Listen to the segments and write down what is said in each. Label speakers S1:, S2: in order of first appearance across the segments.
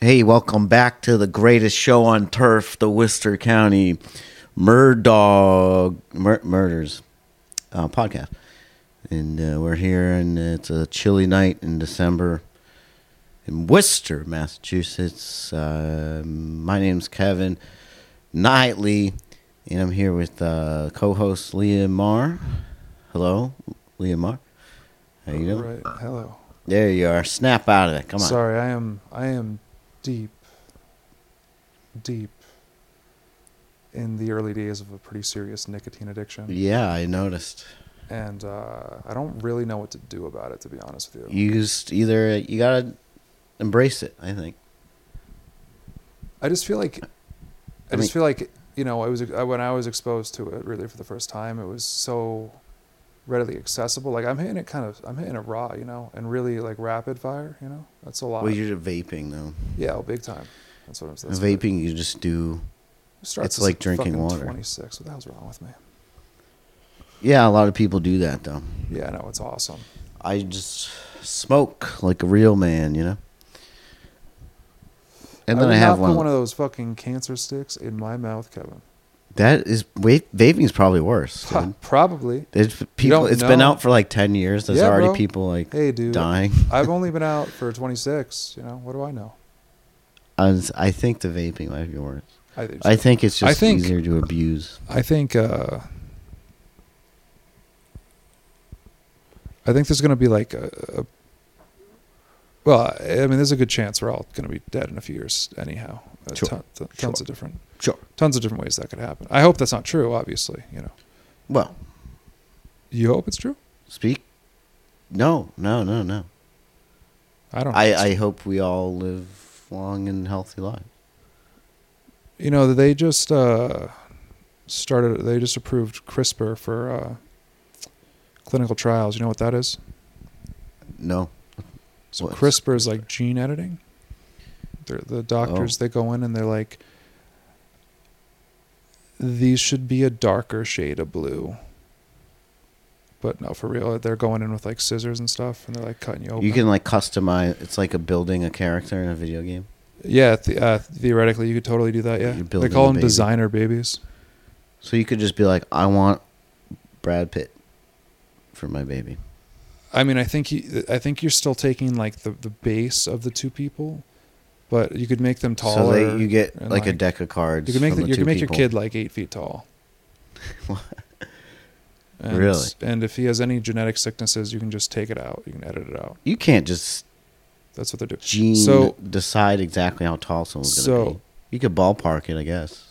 S1: Hey, welcome back to the greatest show on turf, the Worcester County Murdog mur- Murders uh, podcast. And uh, we're here, and it's a chilly night in December in Worcester, Massachusetts. Uh, my name's Kevin Knightley, and I'm here with uh, co host Leah Marr. Hello, Leah Marr. How you doing?
S2: Right. Hello.
S1: There you are. Snap out of it. Come on.
S2: Sorry, I am I am deep deep in the early days of a pretty serious nicotine addiction.
S1: Yeah, I noticed.
S2: And uh, I don't really know what to do about it to be honest with you.
S1: You just either you gotta embrace it. I think.
S2: I just feel like I,
S1: mean-
S2: just feel like you know, I was I- when I was exposed to it really for the first time, it was so readily accessible. Like I'm hitting it kind of I'm hitting it raw, you know, and really like rapid fire, you know. That's a lot.
S1: Well, you're vaping though.
S2: yeah, oh, big time. That's what I'm saying.
S1: vaping, you just do.
S2: Starts
S1: It's
S2: as
S1: like drinking
S2: fucking
S1: water.
S2: 26. What the hell's wrong with me?
S1: Yeah, a lot of people do that though.
S2: Yeah, I know. It's awesome.
S1: I just smoke like a real man, you know. And then
S2: would
S1: I, have
S2: not
S1: one.
S2: Put one of those fucking cancer sticks in my mouth, Kevin.
S1: that is wa- vaping's probably worse.
S2: Ha,
S1: Dude.
S2: Probably.
S1: There's people.
S2: don't
S1: It's been
S2: know.
S1: out for like ten years. There's
S2: Yeah,
S1: already
S2: bro.
S1: people like
S2: Hey, dude.
S1: dying.
S2: I've only been out for 26. You know what do I know?
S1: I, was- I think the vaping might be worse.
S2: I think.
S1: I think it's
S2: I
S1: just
S2: think-
S1: easier to abuse.
S2: I think. Uh, I think there's gonna be like a, a. Well, I mean, there's a good chance we're all gonna be dead in a few years, anyhow. Uh,
S1: Sure.
S2: ton- ton- tons
S1: Sure.
S2: of different,
S1: Sure.
S2: tons of different ways that could happen. I hope that's not true. Obviously, you know.
S1: Well,
S2: You hope it's true.
S1: speak. No, no, no, no.
S2: I don't.
S1: I,
S2: know.
S1: I hope we all live long and healthy lives.
S2: you know they just uh, started they just approved crispr for uh, clinical trials you know what that is
S1: No.
S2: so
S1: What is
S2: crispr is like gene editing They're, the
S1: Oh.
S2: doctors they go in and they're like these should be a darker shade of blue but no for real they're going in with like scissors and stuff and they're like cutting you open
S1: You can like customize. It's like a building a character in a video game.
S2: yeah the, uh, theoretically you could totally do that yeah
S1: You're
S2: they
S1: building a
S2: call them
S1: baby.
S2: designer babies
S1: So you could just be like, I want Brad Pitt for my baby.
S2: I mean, I think he, I think you're still taking like the, the base of the two people, but you could make them taller.
S1: so they, you get
S2: and,
S1: like, a deck of cards.
S2: You could make
S1: from
S2: the,
S1: the
S2: you
S1: two
S2: could make
S1: people.
S2: your kid like eight feet tall.
S1: What?
S2: And,
S1: Really?
S2: And if he has any genetic sicknesses, you can just take it out. You can edit it out.
S1: You can't just
S2: That's what they're doing.
S1: gene
S2: So-
S1: decide exactly how tall someone's gonna
S2: So-
S1: be. You could ballpark it, I guess.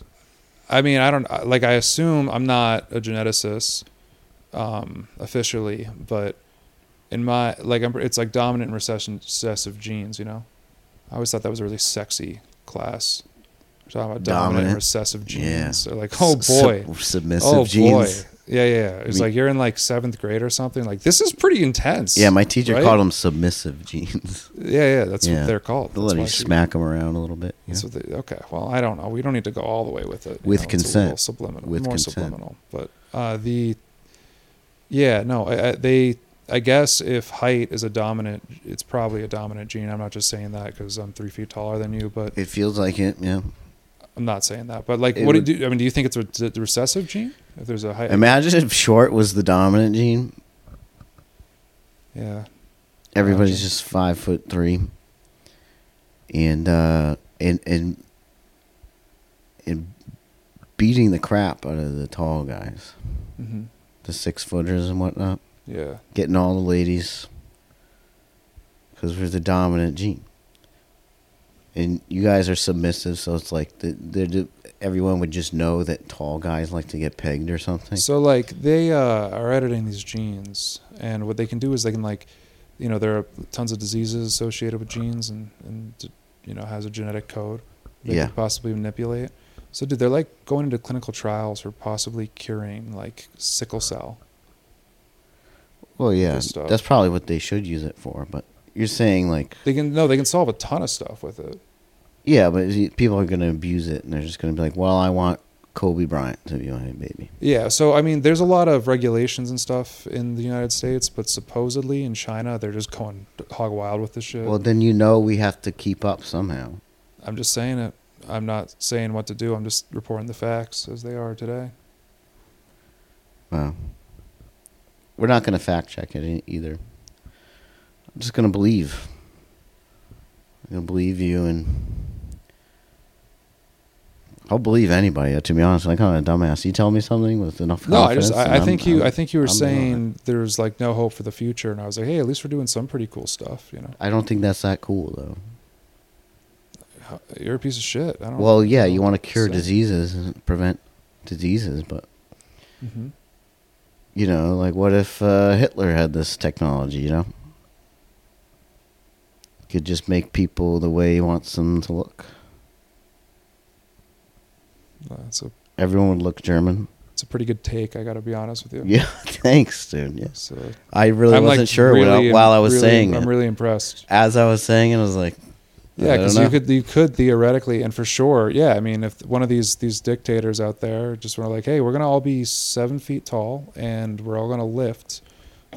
S2: I mean, I don't I- like. I assume I'm not a geneticist um, officially, but in my like, I'm, it's like dominant and recession recessive genes. You know, I always thought that was a really sexy class. We're talking about dominant,
S1: Dominant.
S2: and recessive
S1: Yeah.
S2: genes. They're like, oh
S1: Sub-
S2: boy,
S1: submissive
S2: oh
S1: genes.
S2: boy, yeah, yeah. yeah. It's
S1: We-
S2: like you're in like seventh grade or something. Like this is pretty intense.
S1: Yeah, my teacher
S2: right?
S1: called them submissive genes.
S2: Yeah, yeah. That's
S1: Yeah.
S2: what they're called.
S1: They'll
S2: That's
S1: let
S2: why
S1: you
S2: she-
S1: smack them around a little bit. you know?
S2: That's what they, okay. Well, I don't know. We don't need to go all the way with it. you
S1: With
S2: know, it's a
S1: consent.
S2: little subliminal.
S1: With
S2: more
S1: consent.
S2: subliminal. But uh, the yeah, no, I, I, they. I guess if height is a dominant, it's probably a dominant gene. I'm not just saying that because I'm three feet taller than you, but
S1: It feels like it, yeah.
S2: I'm not saying that. But like,
S1: It
S2: what
S1: would-
S2: do you? do- I mean, do you think it's a d- recessive gene? If there's a height,
S1: Imagine if short was the dominant gene.
S2: yeah,
S1: Everybody's
S2: Imagine.
S1: just five foot three, and uh, and and and beating the crap out of the tall guys,
S2: hmm
S1: the six footers and whatnot,
S2: yeah.
S1: getting all the ladies, because we're the dominant gene. And you guys are submissive, so it's like the, the, the everyone would just know that tall guys like to get pegged or something.
S2: So like they uh, are editing these genes, and what they can do is they can like, you know, there are tons of diseases associated with genes, and and you know has a genetic code they
S1: Yeah.
S2: could possibly manipulate. So dude, they're like going into clinical trials for possibly curing like sickle cell.
S1: Well, yeah,
S2: this stuff.
S1: that's probably what they should use it for. But you're saying like,
S2: They can no, they can solve a ton of stuff with it.
S1: yeah, but is it- people are going to abuse it, and they're just going to be like, "Well, I want Kobe Bryant to be my baby."
S2: Yeah, so I mean, there's a lot of regulations and stuff in the United States, but supposedly in China, they're just going hog wild with this shit.
S1: Well, then you know we have to keep up somehow.
S2: I'm just saying it. I'm not saying what to do. I'm just reporting the facts as they are today.
S1: Wow. We're not going to fact check it e- either. I'm just going to believe. I'm going to believe you and. I'll believe anybody. uh, To be honest, I'm kind of a dumbass. You tell me something with enough
S2: No, I
S1: confidence.
S2: just
S1: and
S2: I, I
S1: I'm-
S2: think you
S1: I'm-
S2: I think you were
S1: I'm doing it.
S2: saying there's like no hope for the future, and I was like, hey, at least we're doing some pretty cool stuff. You know,
S1: I don't think that's that cool though.
S2: How- you're a piece of shit. I don't.
S1: Well, yeah, you want to cure
S2: Oh, so-
S1: diseases and prevent diseases, but
S2: Mhm.
S1: you know, like what if uh, Hitler had this technology? You know, could just make people the way he wants them to look.
S2: That's a
S1: Everyone would look German.
S2: it's a pretty good take. I got to be honest with you.
S1: Yeah, thanks, dude. Yes,
S2: So
S1: I really
S2: I'm
S1: wasn't
S2: like
S1: sure
S2: really,
S1: while, while I was
S2: really-
S1: saying
S2: I'm
S1: it.
S2: really impressed.
S1: As I was saying it, I was like, I
S2: Yeah,
S1: don't
S2: because you
S1: know.
S2: could you could theoretically and for sure, yeah. I mean, if one of these these dictators out there just were like, hey, we're gonna all be seven feet tall and we're all gonna lift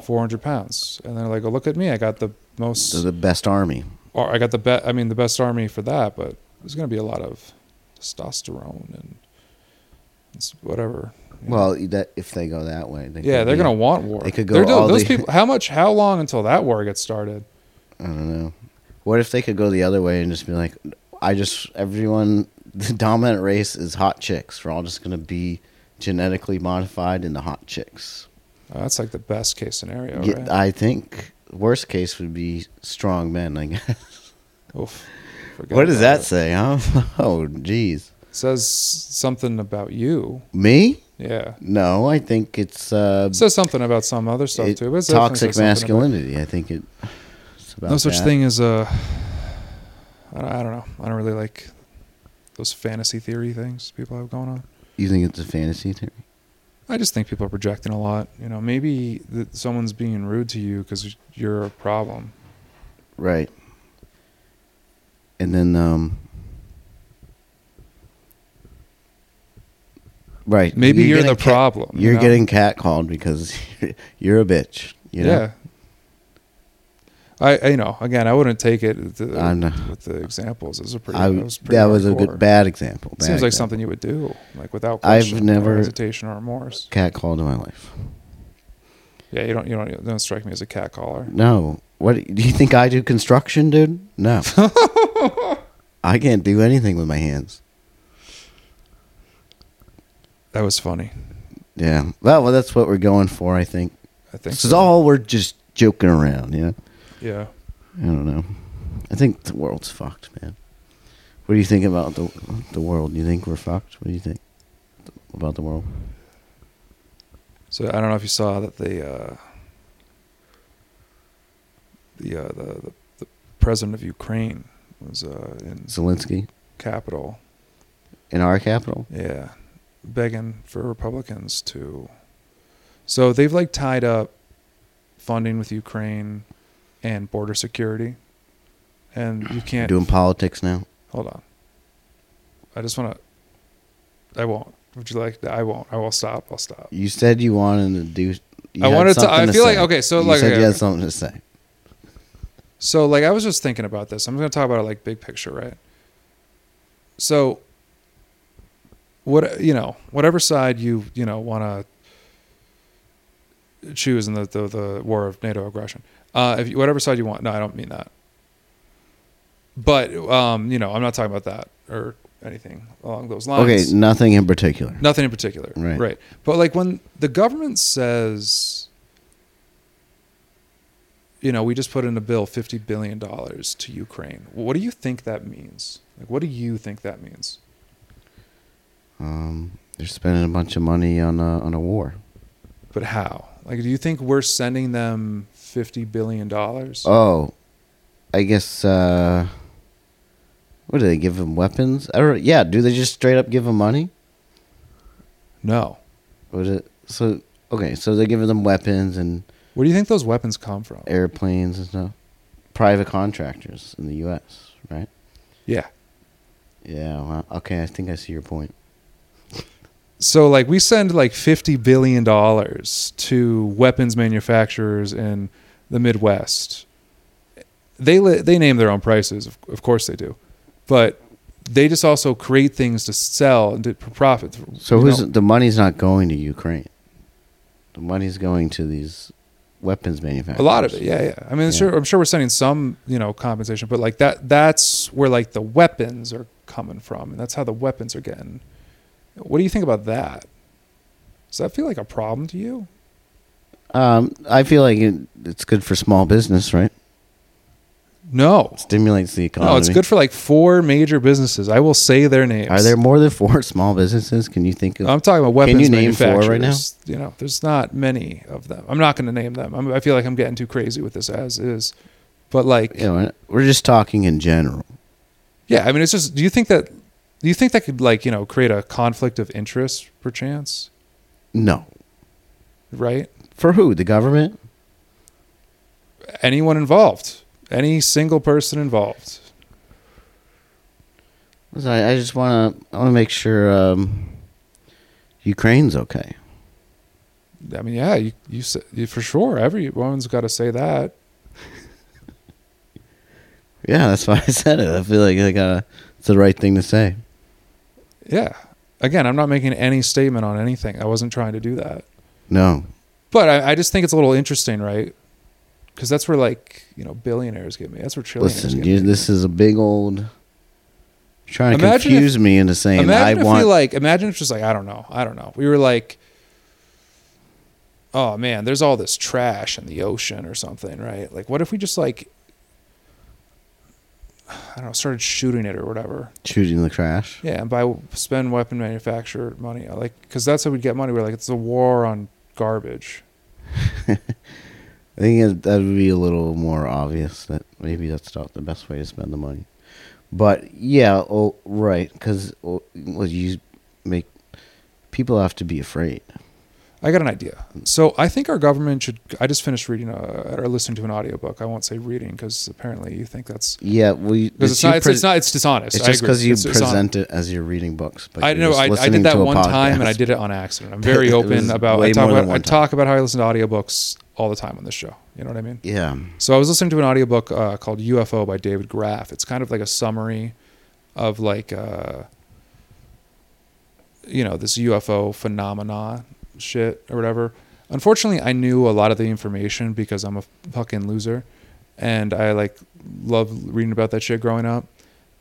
S2: four hundred pounds, and they're like, oh, look at me, I got the most,
S1: "They're the best army.
S2: or I got the best, I mean, the best army for that, but there's gonna be a lot of testosterone and it's whatever. you know.
S1: Well, that if they go that way, they
S2: yeah,
S1: could
S2: they're
S1: be-
S2: gonna want war.
S1: they could go
S2: They're doing-
S1: all
S2: those
S1: the-
S2: people. How much? How long until that war gets started?
S1: I don't know. What if they could go the other way and just be like, I just everyone the dominant race is hot chicks. We're all just gonna be genetically modified into hot chicks.
S2: Oh, that's like the best case scenario,
S1: Yeah,
S2: right?
S1: I think worst case would be strong men. I guess.
S2: Oof. Forget
S1: What does
S2: about
S1: that
S2: it.
S1: say? Huh? Oh, jeez.
S2: says something about you.
S1: Me?
S2: Yeah.
S1: No, I think it's uh,
S2: It says something about some other stuff
S1: it-
S2: too. But it definitely
S1: toxic
S2: says something about-
S1: masculinity. I think it. It's about
S2: No such
S1: that.
S2: thing as a. I don't, I don't know. I don't really like those fantasy theory things people have going on.
S1: You think it's a fantasy theory?
S2: I just think people are projecting a lot. You know, maybe that someone's being rude to you because you're a problem.
S1: Right. And then um Right.
S2: Maybe you're,
S1: getting
S2: the
S1: cat-
S2: problem. you
S1: You're
S2: know?
S1: getting catcalled because you're a bitch, you know.
S2: Yeah. I, I- you know again I wouldn't take it the,
S1: I know.
S2: with the examples. It was a pretty.
S1: I,
S2: it
S1: that
S2: was
S1: was,
S2: pretty
S1: a
S2: hardcore.
S1: good bad example. Bad
S2: Seems like
S1: example.
S2: something you would do, like without
S1: I've
S2: question, or
S1: never-
S2: hesitation or remorse.
S1: catcalled in my life.
S2: Yeah, you don't you don't you don't strike me as a cat caller.
S1: No. What do you think I do construction, dude? No. I can't do anything with my hands.
S2: That was funny.
S1: Yeah. Well, well that's what we're going for, I think.
S2: I think
S1: This
S2: so.
S1: is all we're just joking around, you know.
S2: Yeah,
S1: I don't know. I think the world's fucked, man. What do you think about the the world? You think we're fucked? What do you think about the world?
S2: So I don't know if you saw that the uh, the, uh, the the the president of Ukraine was uh, in
S1: Zelensky
S2: capital,
S1: in our capital?
S2: yeah, begging for Republicans to. So they've like tied up funding with Ukraine and border security, and you can't
S1: Doing politics now?
S2: Hold on. I just want to. I won't. Would you like? I won't. I will stop. I'll stop.
S1: You said you wanted to do. You
S2: I
S1: had
S2: wanted to-
S1: something
S2: I feel like-
S1: say.
S2: okay, so,
S1: you
S2: like,
S1: said
S2: okay.
S1: you had something to say.
S2: So, like, I was just thinking about this. I'm going to talk about it like big picture, right? So, what you know, whatever side you you know want to choose in the, the the war of NATO aggression, uh, if you, whatever side you want. No, I don't mean that. But um, you know, I'm not talking about that or anything along those lines.
S1: Okay, nothing in particular.
S2: Nothing in particular.
S1: Right.
S2: Right. But like when the government says, you know, we just put in a bill fifty billion dollars to Ukraine. What do you think that means? Like, what do you think that means?
S1: Um, they're spending a bunch of money on a on a war.
S2: But how? Like, do you think we're sending them fifty billion dollars?
S1: Oh, I guess. uh What do they give them weapons? Or yeah, do they just straight up give them money?
S2: no.
S1: What it, so okay, so they're giving them weapons and
S2: Where do you think those weapons come from?
S1: airplanes and stuff. Private contractors in the U.S. Right?
S2: Yeah.
S1: Yeah. Well, okay, I think I see your point.
S2: So like we send like fifty billion dollars to weapons manufacturers in the Midwest. They li- they name their own prices, of, of course they do, but they just also create things to sell and to for profit.
S1: So
S2: you
S1: who's
S2: know?
S1: the money's not going to Ukraine? The money's going to these weapons manufacturers.
S2: a lot of it? Yeah, yeah. I mean,
S1: Yeah.
S2: sure, I'm sure we're sending some, you know, compensation, but like that—that's where like the weapons are coming from, and that's how the weapons are getting. What do you think about that? Does that feel like a problem to you?
S1: Um, I feel like it, it's good for small business, right?
S2: No,
S1: Stimulates the economy.
S2: no. It's good for like four major businesses. I will say their names.
S1: Are there more than four small businesses? Can you think of?
S2: I'm talking about weapons
S1: you name four
S2: manufacturers.
S1: right now?
S2: You know, there's not many of them. I'm not going to name them. I'm, I feel like I'm getting too crazy with this as is. But like,
S1: you know, we're just talking in general.
S2: yeah, I mean, it's just. Do you think that? Do you think that could like you know create a conflict of interest perchance?
S1: No,
S2: Right?
S1: for who? The government?
S2: Anyone involved? Any single person involved?
S1: Listen, I, I just want to. I want to make sure um, Ukraine's okay.
S2: I mean, yeah, you you, s- you for sure. Everyone's got to say that.
S1: Yeah, that's why I said it. I feel like I gotta. It's the right thing to say.
S2: Yeah. Again, I'm not making any statement on anything. I wasn't trying to do that.
S1: No,
S2: But I, I just think it's a little interesting, right? Because that's where like you know billionaires get me. That's where trillionaires
S1: listen,
S2: get
S1: you,
S2: me.
S1: this is a big old. You're trying to
S2: Imagine if-
S1: confuse me into saying that I
S2: imagine if
S1: want.
S2: we like imagine it's just like I don't know, I don't know. We were like, oh man, there's all this trash in the ocean or something, right? Like, what if we just like I don't know, started shooting it or whatever.
S1: shooting the crash.
S2: Yeah, and by spend weapon manufacturer money, like because that's how we get money. We're like, it's a war on garbage.
S1: I think that- that would be a little more obvious that maybe that's not the best way to spend the money. But yeah, oh, right, because well, you make people have to be afraid.
S2: I got an idea. So I think our government should. I just finished reading a, or listening to an audiobook. I won't say reading because apparently you think that's
S1: Yeah, well, you- did
S2: because it's
S1: you
S2: not, it's,
S1: pre-
S2: it's not. It's dishonest.
S1: It's just
S2: I agree.
S1: because you
S2: It's dishonest.
S1: present it as you're reading books. But
S2: I
S1: you're
S2: know.
S1: just
S2: I, I
S1: listening
S2: did that
S1: to a
S2: one time and I
S1: podcast.
S2: did it on accident. I'm very
S1: It
S2: open
S1: was
S2: about. I
S1: way
S2: talk
S1: more than
S2: about. I
S1: one time.
S2: talk about how I listen to audiobooks all the time on this show. You know what I mean?
S1: Yeah,
S2: So I was listening to an audiobook uh, called UFO by David Graff. It's kind of like a summary of like uh, you know this UFO phenomena shit or whatever. Unfortunately, I knew a lot of the information because I'm a fucking loser, and I like love reading about that shit growing up.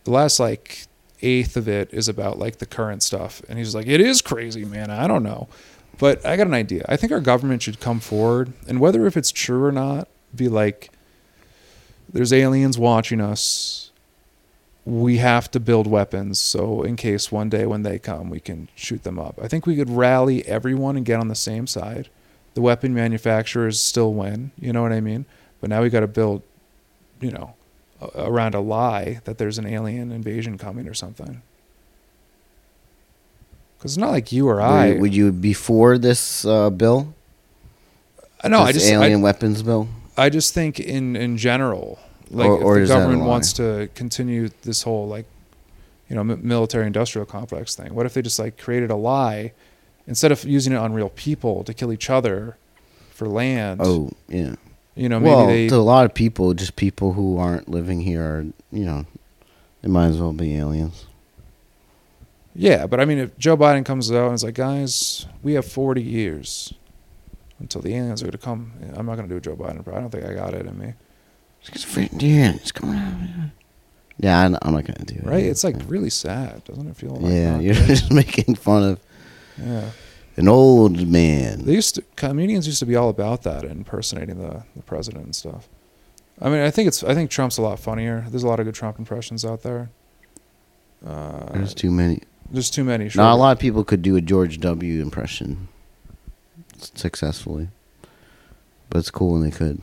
S2: The last like eighth of it is about like the current stuff, and he's like, "It is crazy, man. I don't know." But I got an idea. I think our government should come forward and whether if it's true or not, be like, there's aliens watching us. We have to build weapons so in case one day when they come, we can shoot them up. I think we could rally everyone and get on the same side. The weapon manufacturers still win, you know what I mean? But now we got to build, you know, a- around a lie that there's an alien invasion coming or something. Because it's not like you or I.
S1: Were you- would you be for this uh, bill?
S2: no, I
S1: This
S2: just I-
S1: alien weapons bill.
S2: I just think in in general, like
S1: Or- or
S2: if
S1: is
S2: the
S1: that a
S2: government
S1: lie?
S2: wants to continue this whole like, you know, military industrial complex thing, what if they just like created a lie instead of using it on real people to kill each other for land?
S1: Oh yeah.
S2: you know, maybe
S1: well,
S2: they.
S1: to a lot of people, just people who aren't living here are you know, they might as well be aliens.
S2: Yeah, but I mean, if Joe Biden comes out and is like, guys, we have 40 years until the aliens are going to come. I'm not going to do a Joe Biden, but I don't think I got it in me.
S1: It's freaking aliens coming out. Yeah, I'm, I'm not gonna do it.
S2: Right? It's like oh really sad. Doesn't it feel like
S1: yeah,
S2: that?
S1: you're just making fun of
S2: yeah.
S1: an old man.
S2: They used to comedians used to be all about that impersonating the, the president and stuff. I mean, I think it's I think Trump's a lot funnier. There's a lot of good Trump impressions out there. Uh,
S1: There's too many.
S2: there's too many.
S1: Not a
S2: sure.
S1: lot of people could do a George W. impression s- successfully, but it's cool when they could.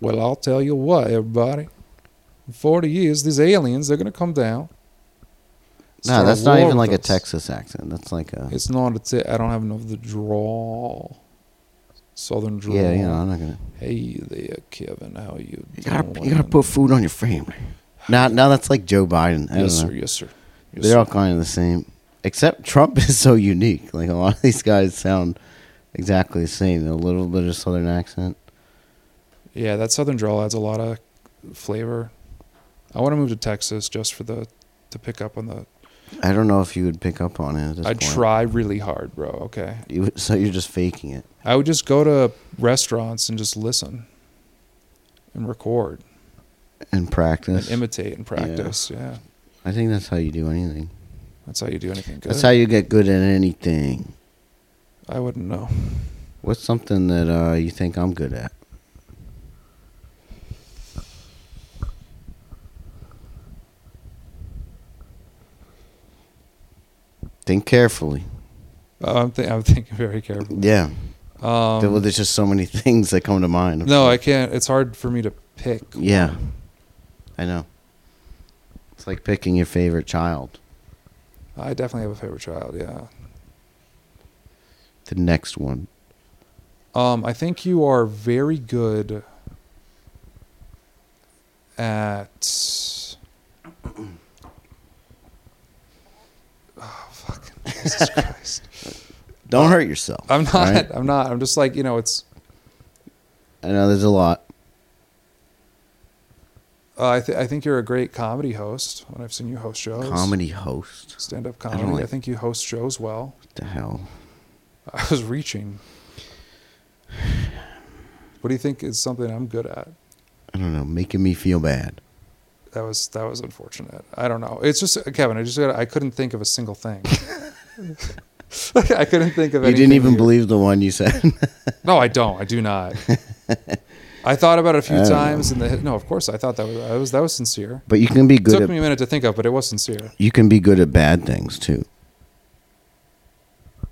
S2: Well, I'll tell you what, everybody. In 40 years, these aliens they're gonna come down.
S1: No,
S2: start
S1: that's not
S2: war
S1: even
S2: with
S1: like a
S2: us.
S1: Texas accent. That's like a
S2: It's not. It's. I don't have enough of the draw. Southern draw.
S1: yeah. You know, I'm not gonna.
S2: Hey there, Kevin. How you?
S1: You gotta,
S2: doing?
S1: you gotta put food on your family. Now, now that's like Joe Biden. I don't
S2: Yes,
S1: know.
S2: sir. Yes, sir. Yes,
S1: They're
S2: sir.
S1: all kind of the same, except Trump is so unique. Like a lot of these guys sound exactly the same. A little bit of southern accent.
S2: Yeah, that Southern drawl adds a lot of flavor. I want to move to Texas just for the to pick up on the.
S1: I don't know if you would pick up on it. At this
S2: I
S1: point.
S2: try really hard, bro. Okay,
S1: You- so you're just faking it.
S2: I would just go to restaurants and just listen, and record
S1: And practice.
S2: and imitate and practice. Yeah.
S1: I think that's how you do anything.
S2: that's how you do anything good.
S1: That's how you get good at anything.
S2: I wouldn't know.
S1: What's something that uh, you think I'm good at? Think carefully.
S2: Uh, I'm, th- I'm thinking very carefully.
S1: Yeah.
S2: Um,
S1: There- well, there's just so many things that come to mind.
S2: no, I can't. It's hard for me to pick.
S1: Yeah. I know. It's like picking your favorite child.
S2: I definitely have a favorite child. Yeah.
S1: The next one.
S2: Um, I think you are very good at. Oh fuck! Jesus Christ!
S1: Don't hurt yourself.
S2: I'm not.
S1: right?
S2: I'm not. I'm just like you know. It's.
S1: I know there's a lot.
S2: Uh, I th- I think you're a great comedy host. When I've seen you host shows,
S1: Comedy host.
S2: stand up
S1: don't
S2: comedy. I,
S1: like-
S2: think you host shows well.
S1: What the hell?
S2: I was reaching. What do you think is something I'm good at?
S1: I don't know. Making me feel bad.
S2: That was that was unfortunate. I don't know. It's just Kevin. I just gotta- I couldn't think of a single thing. I couldn't think of.
S1: You
S2: anything
S1: didn't even
S2: here.
S1: believe the one you said.
S2: No, I don't. I do not. I thought about it a
S1: I
S2: few
S1: don't know.
S2: times, and the no. Of course, I thought that was that was that was sincere.
S1: but you can be
S2: It
S1: good
S2: took
S1: at
S2: me a minute to think of, but it was sincere.
S1: you can be good at bad things too.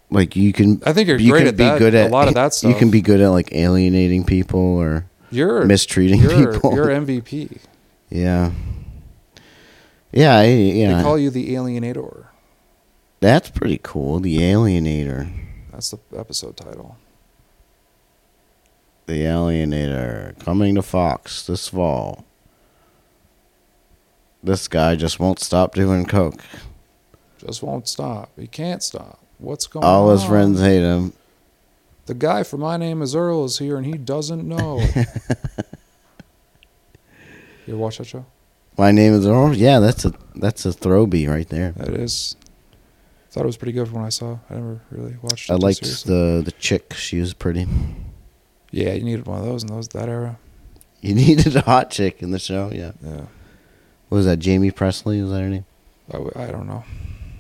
S1: Like you can
S2: I think you're
S1: you
S2: great
S1: can
S2: at
S1: be
S2: that-
S1: good
S2: a
S1: at
S2: lot of that
S1: You can
S2: stuff.
S1: be good at like alienating people or
S2: You're
S1: mistreating
S2: you're,
S1: people.
S2: You're MVP.
S1: yeah. Yeah, I, yeah.
S2: They call you the Alienator.
S1: That's pretty cool. The alienator.
S2: That's the episode title.
S1: The alienator coming to Fox this fall. This guy just won't stop doing coke.
S2: Just won't stop. He can't stop. What's going on?
S1: All his friends hate him.
S2: The guy for my name is Earl is here, and he doesn't know. you ever watch that show?
S1: My name is Earl. Yeah, that's a that's a throwby right there.
S2: That is. Thought it was pretty good when I saw. it. I never really watched. it
S1: I
S2: too
S1: liked
S2: seriously.
S1: the the chick. She was pretty.
S2: Yeah, you needed one of those in those that era.
S1: You needed a hot chick in the show. Yeah.
S2: Yeah,
S1: What was that? Jamie Presley was that her name?
S2: I, w- I don't know.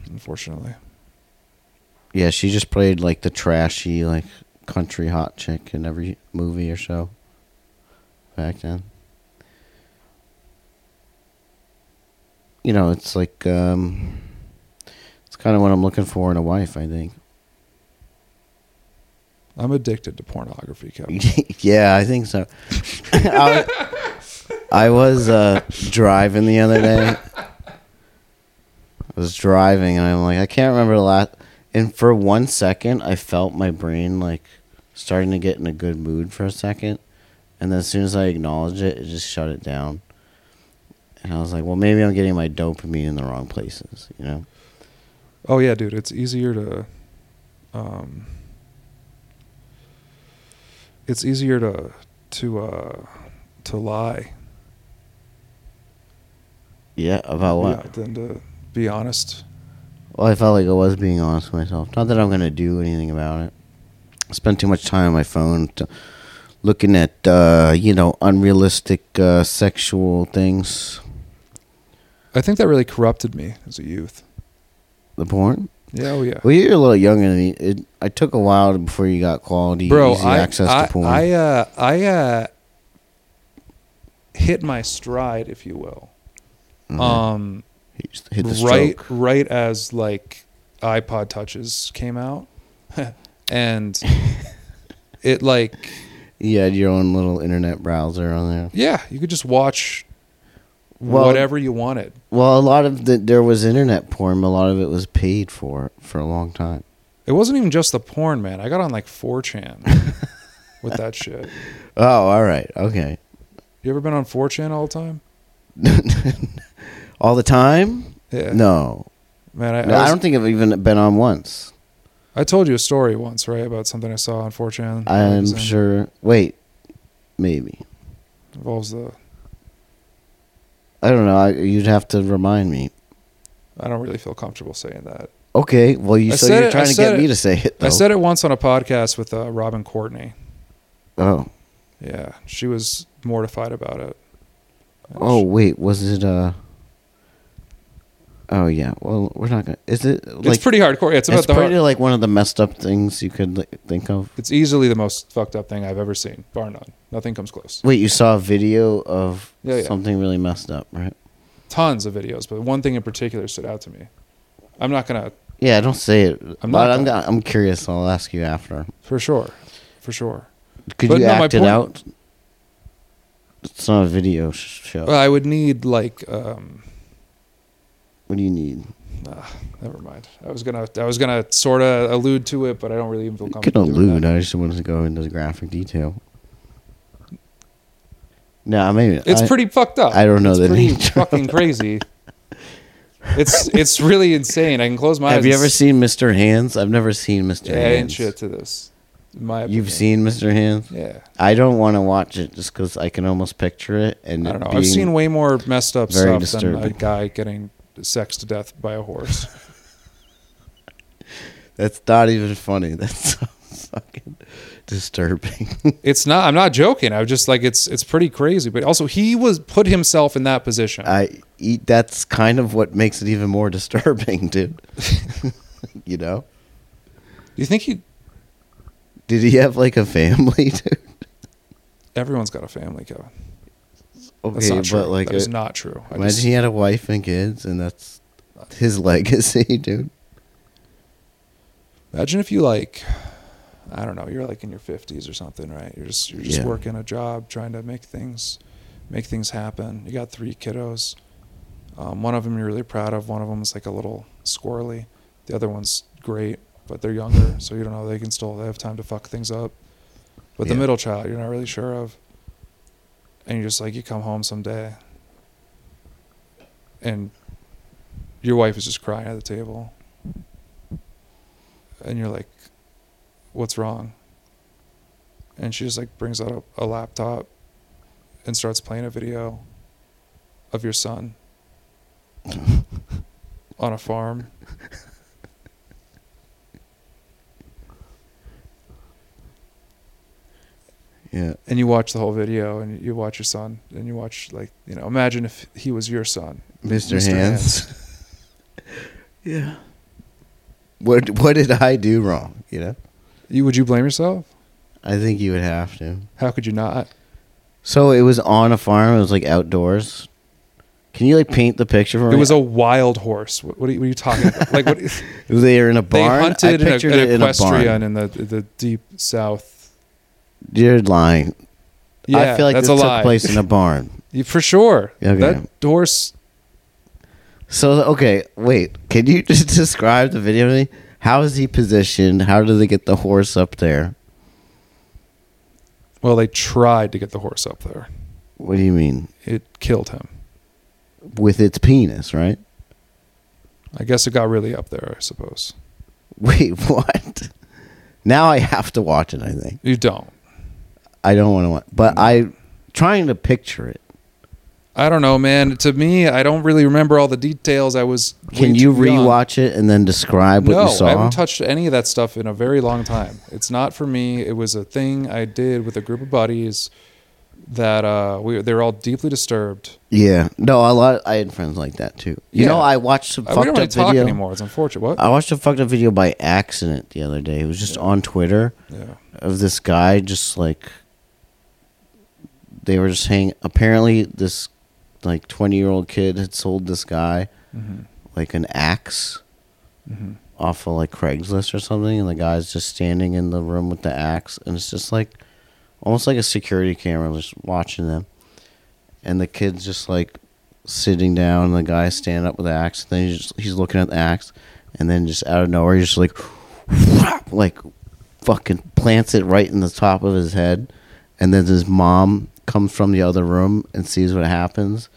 S2: Unfortunately,
S1: Yeah, she just played like the trashy like country hot chick in every movie or show. Back then. You know, it's like um it's kind of what I'm looking for in a wife, I think.
S2: I'm addicted to pornography, Kevin.
S1: yeah, I think so. I, I was uh, driving the other day. I was driving, and I'm like, I can't remember the last. And for one second, I felt my brain like starting to get in a good mood for a second, and then as soon as I acknowledged it, it just shut it down. And I was like, well, maybe I'm getting my dopamine in the wrong places, you know.
S2: Oh yeah, dude, it's easier to. Um, it's easier to to uh, to lie
S1: Yeah, about what?
S2: yeah, than to be honest.
S1: Well, I felt like I was being honest with myself. Not that I'm going to do anything about it. I spend too much time on my phone to looking at, uh, you know, unrealistic uh, sexual things.
S2: I think that really corrupted me as a youth.
S1: The porn?
S2: Yeah, oh yeah,
S1: Well, you're a little younger than me. It, I took a while before you got quality,
S2: bro.
S1: easy
S2: I
S1: access
S2: I
S1: to porn.
S2: I uh, I uh, hit my stride, if you will.
S1: Mhm.
S2: Um,
S1: Hit the- hit the
S2: right
S1: stroke.
S2: right as like iPod touches came out, and it like
S1: You had your own little internet browser on there.
S2: Yeah, you could just watch
S1: Well-
S2: whatever you wanted.
S1: Well, a lot of the, there was internet porn, but a lot of it was paid for for a long time.
S2: It wasn't even just the porn, man. I got on like 4chan with that shit.
S1: Oh, all right. Okay.
S2: You ever been on 4chan all the time?
S1: All the time?
S2: Yeah.
S1: No.
S2: Man, I,
S1: No,
S2: I,
S1: I
S2: was-
S1: don't think I've even been on once.
S2: I told you a story once, right, about something I saw on 4chan.
S1: I'm
S2: It
S1: sure. Wait, maybe.
S2: Involves the.
S1: I don't know. I, you'd have to remind me.
S2: I don't really feel comfortable saying that.
S1: Okay, well, you
S2: I
S1: so
S2: said
S1: you're
S2: it-
S1: trying
S2: I
S1: to
S2: said
S1: get me
S2: it-
S1: to say it. Though.
S2: I said it once on a podcast with uh, Robin Courtney.
S1: Oh,
S2: Yeah, she was mortified about it.
S1: oh, wait, was it? uh Oh yeah. Well, we're not gonna. Is it
S2: it's
S1: like?
S2: pretty hardcore. Yeah,
S1: It's,
S2: it's about the hard-
S1: pretty like one of the messed up things you could like, think of.
S2: It's easily the most fucked up thing I've ever seen, bar none. Nothing comes close.
S1: Wait, you saw a video of
S2: Yeah, yeah.
S1: something really messed up, right?
S2: Tons of videos, but one thing in particular stood out to me. I'm not gonna
S1: Yeah, don't say it.
S2: I'm
S1: I'm
S2: not
S1: but I'm,
S2: gonna-
S1: gonna- I'm curious. I'll ask you after.
S2: for sure, for sure.
S1: Could
S2: But
S1: you
S2: no, my
S1: act it
S2: point-
S1: out? It's not a video sh- show.
S2: Well, I would need like, um,
S1: what do you need?
S2: never mind. I was gonna, I was gonna sort of allude to it, but I don't really even feel
S1: You could
S2: comfortable. doing
S1: allude.
S2: that.
S1: I just wanted to go into the graphic detail. No, I mean
S2: It's
S1: I-
S2: pretty fucked up.
S1: I don't know
S2: It's
S1: the
S2: pretty
S1: nature of
S2: fucking crazy. It's it's really insane. I can close my eyes.
S1: Have you
S2: and
S1: ever
S2: s-
S1: seen Mr. Hands? I've never seen Mr.
S2: Yeah, ain't
S1: Hands.
S2: shit to this. in my
S1: You've
S2: opinion.
S1: seen Mr. Hands?
S2: Yeah,
S1: I don't want to watch it just because I can almost picture it. And
S2: I
S1: it
S2: don't know.
S1: being-
S2: I've seen way more messed up
S1: very
S2: stuff than a
S1: disturbing.
S2: guy getting sexed to death by a horse.
S1: That's not even funny. That's so fucking disturbing.
S2: It's not. I'm not joking. I'm just like it's. It's pretty crazy. But also, he was put himself in that position.
S1: I eat. That's kind of what makes it even more disturbing, dude. you know?
S2: Do you think he?
S1: Did he have like a family, dude?
S2: Everyone's got a family, Kevin. That's
S1: Okay,
S2: not true.
S1: but like,
S2: that is
S1: uh,
S2: not true. I
S1: imagine
S2: just,
S1: he had a wife and kids, and that's his legacy, dude.
S2: imagine if you like, I don't know. You're like in your 50s or something, right? You're just you're just
S1: Yeah.
S2: working a job, trying to make things, make things happen. You got three kiddos. Um, one of them you're really proud of. One of them is like a little squirrely. The other one's great, but they're younger, so you don't know. They can still they have time to fuck things up. But the
S1: Yeah.
S2: middle child, you're not really sure of. And you're just like, you come home someday, and your wife is just crying at the table, and you're like, what's wrong? And she just like brings out a, a laptop and starts playing a video of your son on a farm.
S1: Yeah.
S2: and you watch the whole video and you watch your son and you watch like you know imagine if he was your son
S1: Mr.
S2: Mr.
S1: Hands. yeah. What What did I do wrong? You know,
S2: you would you blame yourself
S1: I think you would have to.
S2: how could you not
S1: So it was on a farm. It was like outdoors. Can you like paint the picture for
S2: it
S1: me?
S2: was a wild horse what, what, are, you, what are you talking about like what
S1: they are in a
S2: they
S1: barn.
S2: hunted
S1: I
S2: an,
S1: pictured
S2: an
S1: it in a barn.
S2: equestrian in, the the deep south
S1: You're lying.
S2: yeah
S1: I feel like
S2: that's
S1: this
S2: a
S1: took
S2: lie
S1: place in a barn.
S2: You- for sure
S1: Okay.
S2: that horse
S1: So okay, wait. Can you just describe the video? to me? How is he positioned? How do they get the horse up there?
S2: well they tried to get the horse up there
S1: What do you mean?
S2: it killed him
S1: With its penis, right?
S2: i guess it got really up there i suppose
S1: Wait, what? Now I have to watch it. I think
S2: you don't
S1: I don't want to watch, but I trying to picture it.
S2: I don't know, man. To me, I don't really remember all the details. I was.
S1: Can
S2: way
S1: you
S2: too young.
S1: rewatch it and then describe what
S2: no,
S1: you saw?
S2: I haven't touched any of that stuff in a very long time. It's not for me. It was a thing I did with a group of buddies that uh, we they were all deeply disturbed. Uh,
S1: yeah, no, a lot. I had friends like that too. You know,
S2: Yeah.
S1: I watched some
S2: Uh,
S1: fucked
S2: we don't really
S1: up
S2: talk
S1: video. Um,
S2: anymore. It's unfortunate. What?
S1: I watched a fucked up video by accident the other day. It was just on Twitter.
S2: yeah.
S1: of this guy just like they were just hanging apparently this like 20 year old kid had sold this guy
S2: Mhm.
S1: like an ax
S2: Mhm.
S1: off of like craigslist or something and the guy's just standing in the room with the axe and it's just like almost like a security camera just watching them and the kid's just like sitting down and the guy's standing up with the axe and then he's, just, he's looking at the axe and then just out of nowhere he's just like like fucking plants it right in the top of his head and then his mom comes from the other room and sees what happens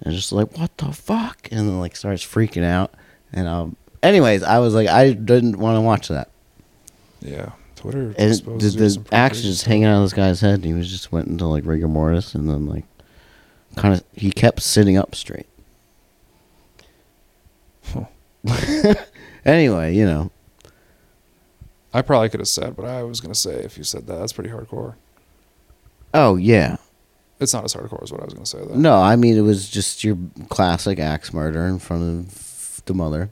S1: and just like what the fuck and then like starts freaking out and um anyways i was like i didn't want to watch that
S2: Yeah. Twitter.
S1: and it- the,
S2: exposes you to some
S1: the
S2: pretty
S1: axe
S2: crazy
S1: just
S2: stuff.
S1: hanging out of this guy's head and he was just went into like rigor mortis and then like kind of he kept sitting up straight
S2: Huh.
S1: anyway, you know,
S2: I probably could have said what I was gonna say if you said that. That's pretty hardcore.
S1: oh yeah,
S2: It's not as hardcore as what I was gonna say though.
S1: no, I mean it was just your classic axe murder in front of the mother.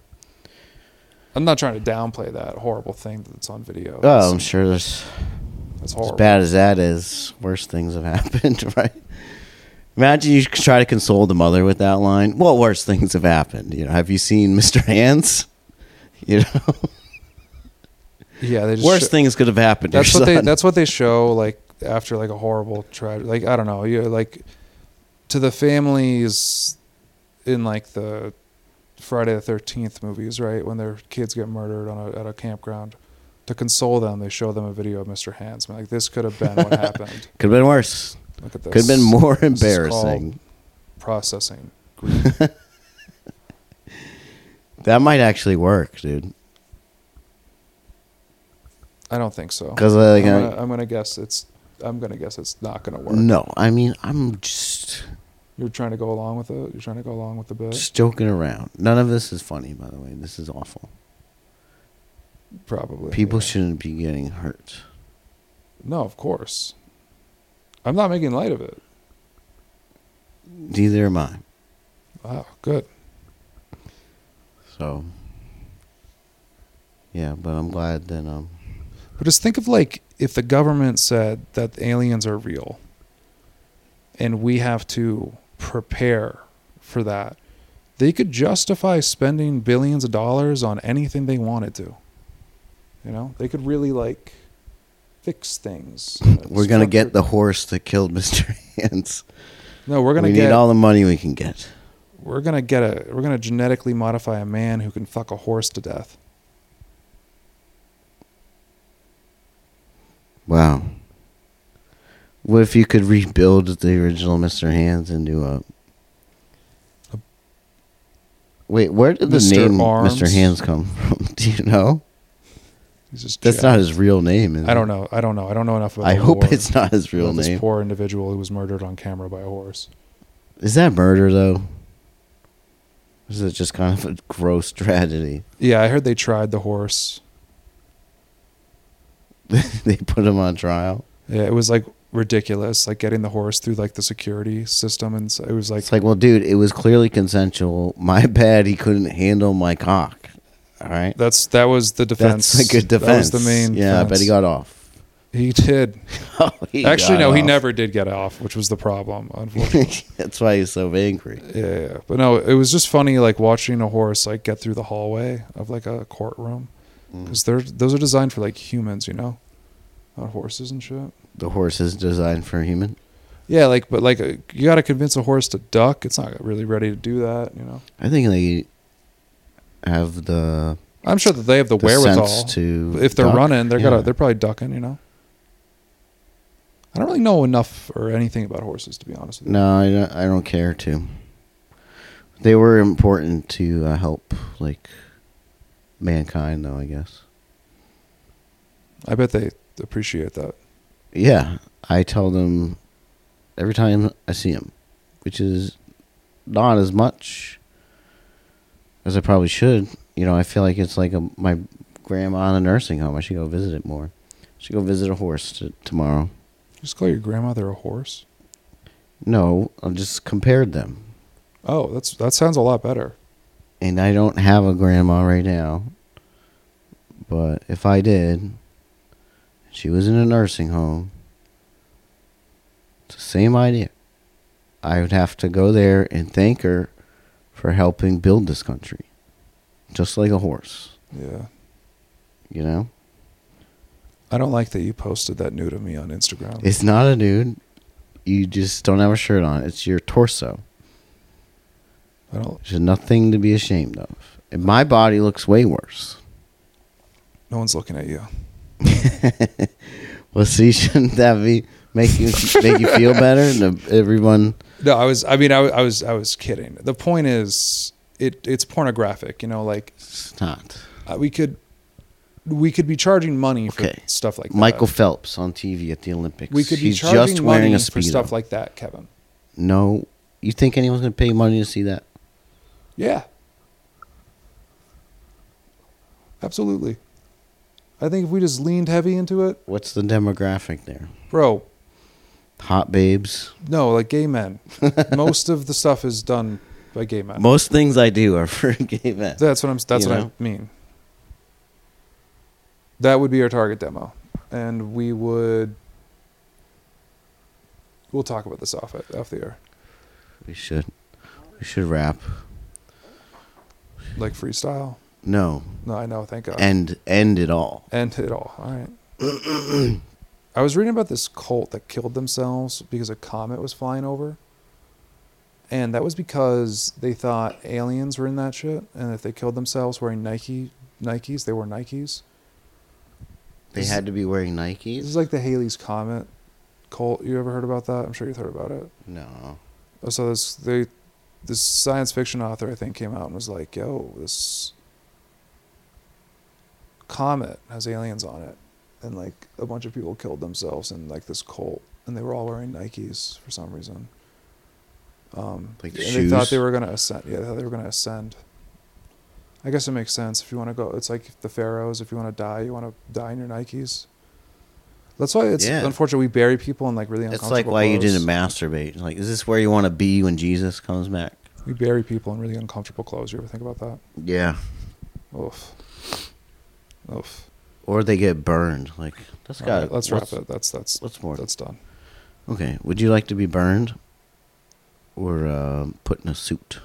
S2: I'm not trying to downplay that horrible thing that's on video.
S1: Oh, I'm
S2: That's-
S1: sure there's
S2: that's
S1: as
S2: horrible.
S1: bad as that is. Worse things have happened, right? Imagine you try to console the mother with that line. Well, worse things have happened. You know, have you seen Mr. Hands? You know,
S2: Yeah, they just
S1: worse
S2: sho-
S1: things could have happened. to
S2: That's
S1: your
S2: what they.
S1: son.
S2: That's what they show like after like a horrible tragedy. Like I don't know. You like to the families in like the Friday the Thirteenth movies, right? When their kids get murdered on a, at a campground, to console them, they show them a video of Mr. Hands. Like this could have been what happened.
S1: could have been worse.
S2: Look at this.
S1: Could have been more
S2: is called-
S1: embarrassing.
S2: processing.
S1: That might actually work, dude.
S2: I don't think so.
S1: Because like,
S2: I'm,
S1: I-
S2: gonna, I'm gonna guess it's. I'm gonna guess it's not gonna work.
S1: no, I mean I'm just
S2: You're trying to go along with it. You're trying to go along with the bit.
S1: just joking around. None of this is funny, by the way. This is awful.
S2: Probably.
S1: People
S2: yeah.
S1: shouldn't be getting hurt.
S2: No, of course. I'm not making light of it.
S1: Neither am I.
S2: Wow, good.
S1: So yeah, but I'm glad that um
S2: But just think of like if the government said that the aliens are real and we have to prepare for that, they could justify spending billions of dollars on anything they wanted to. You know, they could really like fix things.
S1: we're gonna get the horse that killed Mr. Hands.
S2: No, we're
S1: We're
S2: gonna
S1: gonna we
S2: get
S1: need all the money we can get.
S2: we're gonna get a we're gonna genetically modify a man who can fuck a horse to death.
S1: Wow. What if you could rebuild the original Mr. Hands into a Wait, where did the
S2: Mr.
S1: name
S2: Arms?
S1: Mr. Hands come from? Do you know?
S2: He's just
S1: That's
S2: jacked.
S1: not his real name, is
S2: I
S1: it?
S2: don't know. I don't know. I don't know enough about.
S1: I
S2: the
S1: hope
S2: lore
S1: it's not his real
S2: about This
S1: name.
S2: poor individual who was murdered on camera by a horse.
S1: Is that murder though? Or Is it just kind of a gross tragedy?
S2: Yeah, I heard they tried the horse.
S1: they put him on trial.
S2: Yeah, it was like ridiculous, like getting the horse through like the security system, and so it was like,
S1: It's like, well, dude, it was clearly consensual. My bad, he couldn't handle my cock. All right,
S2: that's that was the defense.
S1: that's a good
S2: That
S1: defense.
S2: was the main.
S1: Yeah, I bet
S2: defense.
S1: he got off.
S2: He did.
S1: Oh, he
S2: Actually,
S1: got
S2: no, he
S1: off.
S2: never did get off, which was the problem, unfortunately.
S1: that's why he's so angry.
S2: yeah, yeah, yeah. but no, it was just funny, like watching a horse like get through the hallway of like a courtroom, because they're those are designed for like humans, you know, not horses and shit.
S1: The horse is designed for a human.
S2: Yeah, like, but like, uh, you got to convince a horse to duck. It's not really ready to do that, you know.
S1: I think they have the,
S2: I'm sure that they have the,
S1: the
S2: wherewithal.
S1: sense to.
S2: if they're
S1: duck.
S2: running, they're
S1: Yeah.
S2: gonna, they're probably ducking, you know. I don't really know enough or anything about horses, to be honest with you.
S1: No, I don't, I don't care to. They were important to uh, help like mankind, though. I guess.
S2: I bet they appreciate that.
S1: Yeah, I tell them every time I see him, which is not as much as I probably should. You know, I feel like it's like a, my grandma in a nursing home. I should go visit it more. I should go visit a horse t- tomorrow.
S2: Just call your grandmother a horse.
S1: No, I just compared them,
S2: Oh, that's that sounds a lot better.
S1: and I don't have a grandma right now. But if I did, she was in a nursing home. It's the same idea. I would have to go there and thank her for helping build this country. Just like a horse,
S2: Yeah,
S1: you know?
S2: I don't like that you posted that nude of me on Instagram.
S1: It's not a dude. You just don't have a shirt on. It's your torso.
S2: I don't.
S1: There's nothing to be ashamed of. And my body looks way worse.
S2: No one's looking at you.
S1: Well, see, shouldn't that be make you make you feel better? And everyone,
S2: No, I was. I mean, I, wa- I was. I was kidding. The point is, it it's pornographic. You know, like
S1: it's not.
S2: uh, we could, we could be charging money for
S1: Okay.
S2: stuff like that.
S1: Michael Phelps on TV at the Olympics.
S2: we could be
S1: He's
S2: charging
S1: just wearing
S2: money
S1: a
S2: for
S1: speedo.
S2: stuff like that, Kevin.
S1: No, you think anyone's going to pay money to see that?
S2: Yeah, Absolutely. I think if we just leaned heavy into it,
S1: What's the demographic there?
S2: bro,
S1: Hot babes.
S2: no, like gay men. Most of the stuff is done by gay men.
S1: Most things I do are for gay men.
S2: That's what I'm. That's
S1: You
S2: what
S1: know?
S2: I mean. That would be our target demo, and we would. We'll talk about this off it off the air,
S1: We should. We should rap.
S2: like freestyle.
S1: No,
S2: No, I know. Thank God.
S1: end end it all.
S2: End it all. All right. I was reading about this cult that killed themselves because a comet was flying over. And that was because they thought aliens were in that shit, and if they killed themselves wearing Nike Nikes, they were Nikes.
S1: They
S2: This-
S1: had to be wearing
S2: This
S1: Nikes.
S2: is like the Haley's Comet cult. You ever heard about that? I'm sure you've heard about it.
S1: No,
S2: Oh, So this they this science fiction author I think came out and was like, "Yo, this comet has aliens on it," and like a bunch of people killed themselves in like this cult, and they were all wearing Nikes for some reason. Um,
S1: Like
S2: and they thought
S1: shoes?
S2: they were gonna ascend. Yeah, they thought they were gonna ascend. I guess it makes sense if you want to go. It's like the pharaohs. If you want to die, you want to die in your Nikes. That's why it's
S1: Yeah.
S2: unfortunate we bury people in like really
S1: it's
S2: uncomfortable.
S1: like why you
S2: clothes.
S1: didn't masturbate. Like, is this where you want to be when Jesus comes back?
S2: We bury people in really uncomfortable clothes. You ever think about that?
S1: Yeah,
S2: Oof. Oof.
S1: or they get burned. Like, that's
S2: All
S1: got.
S2: right, let's wrap it. That's that's
S1: What's more?
S2: that's done.
S1: Okay, would you like to be burned, or uh, put in a suit?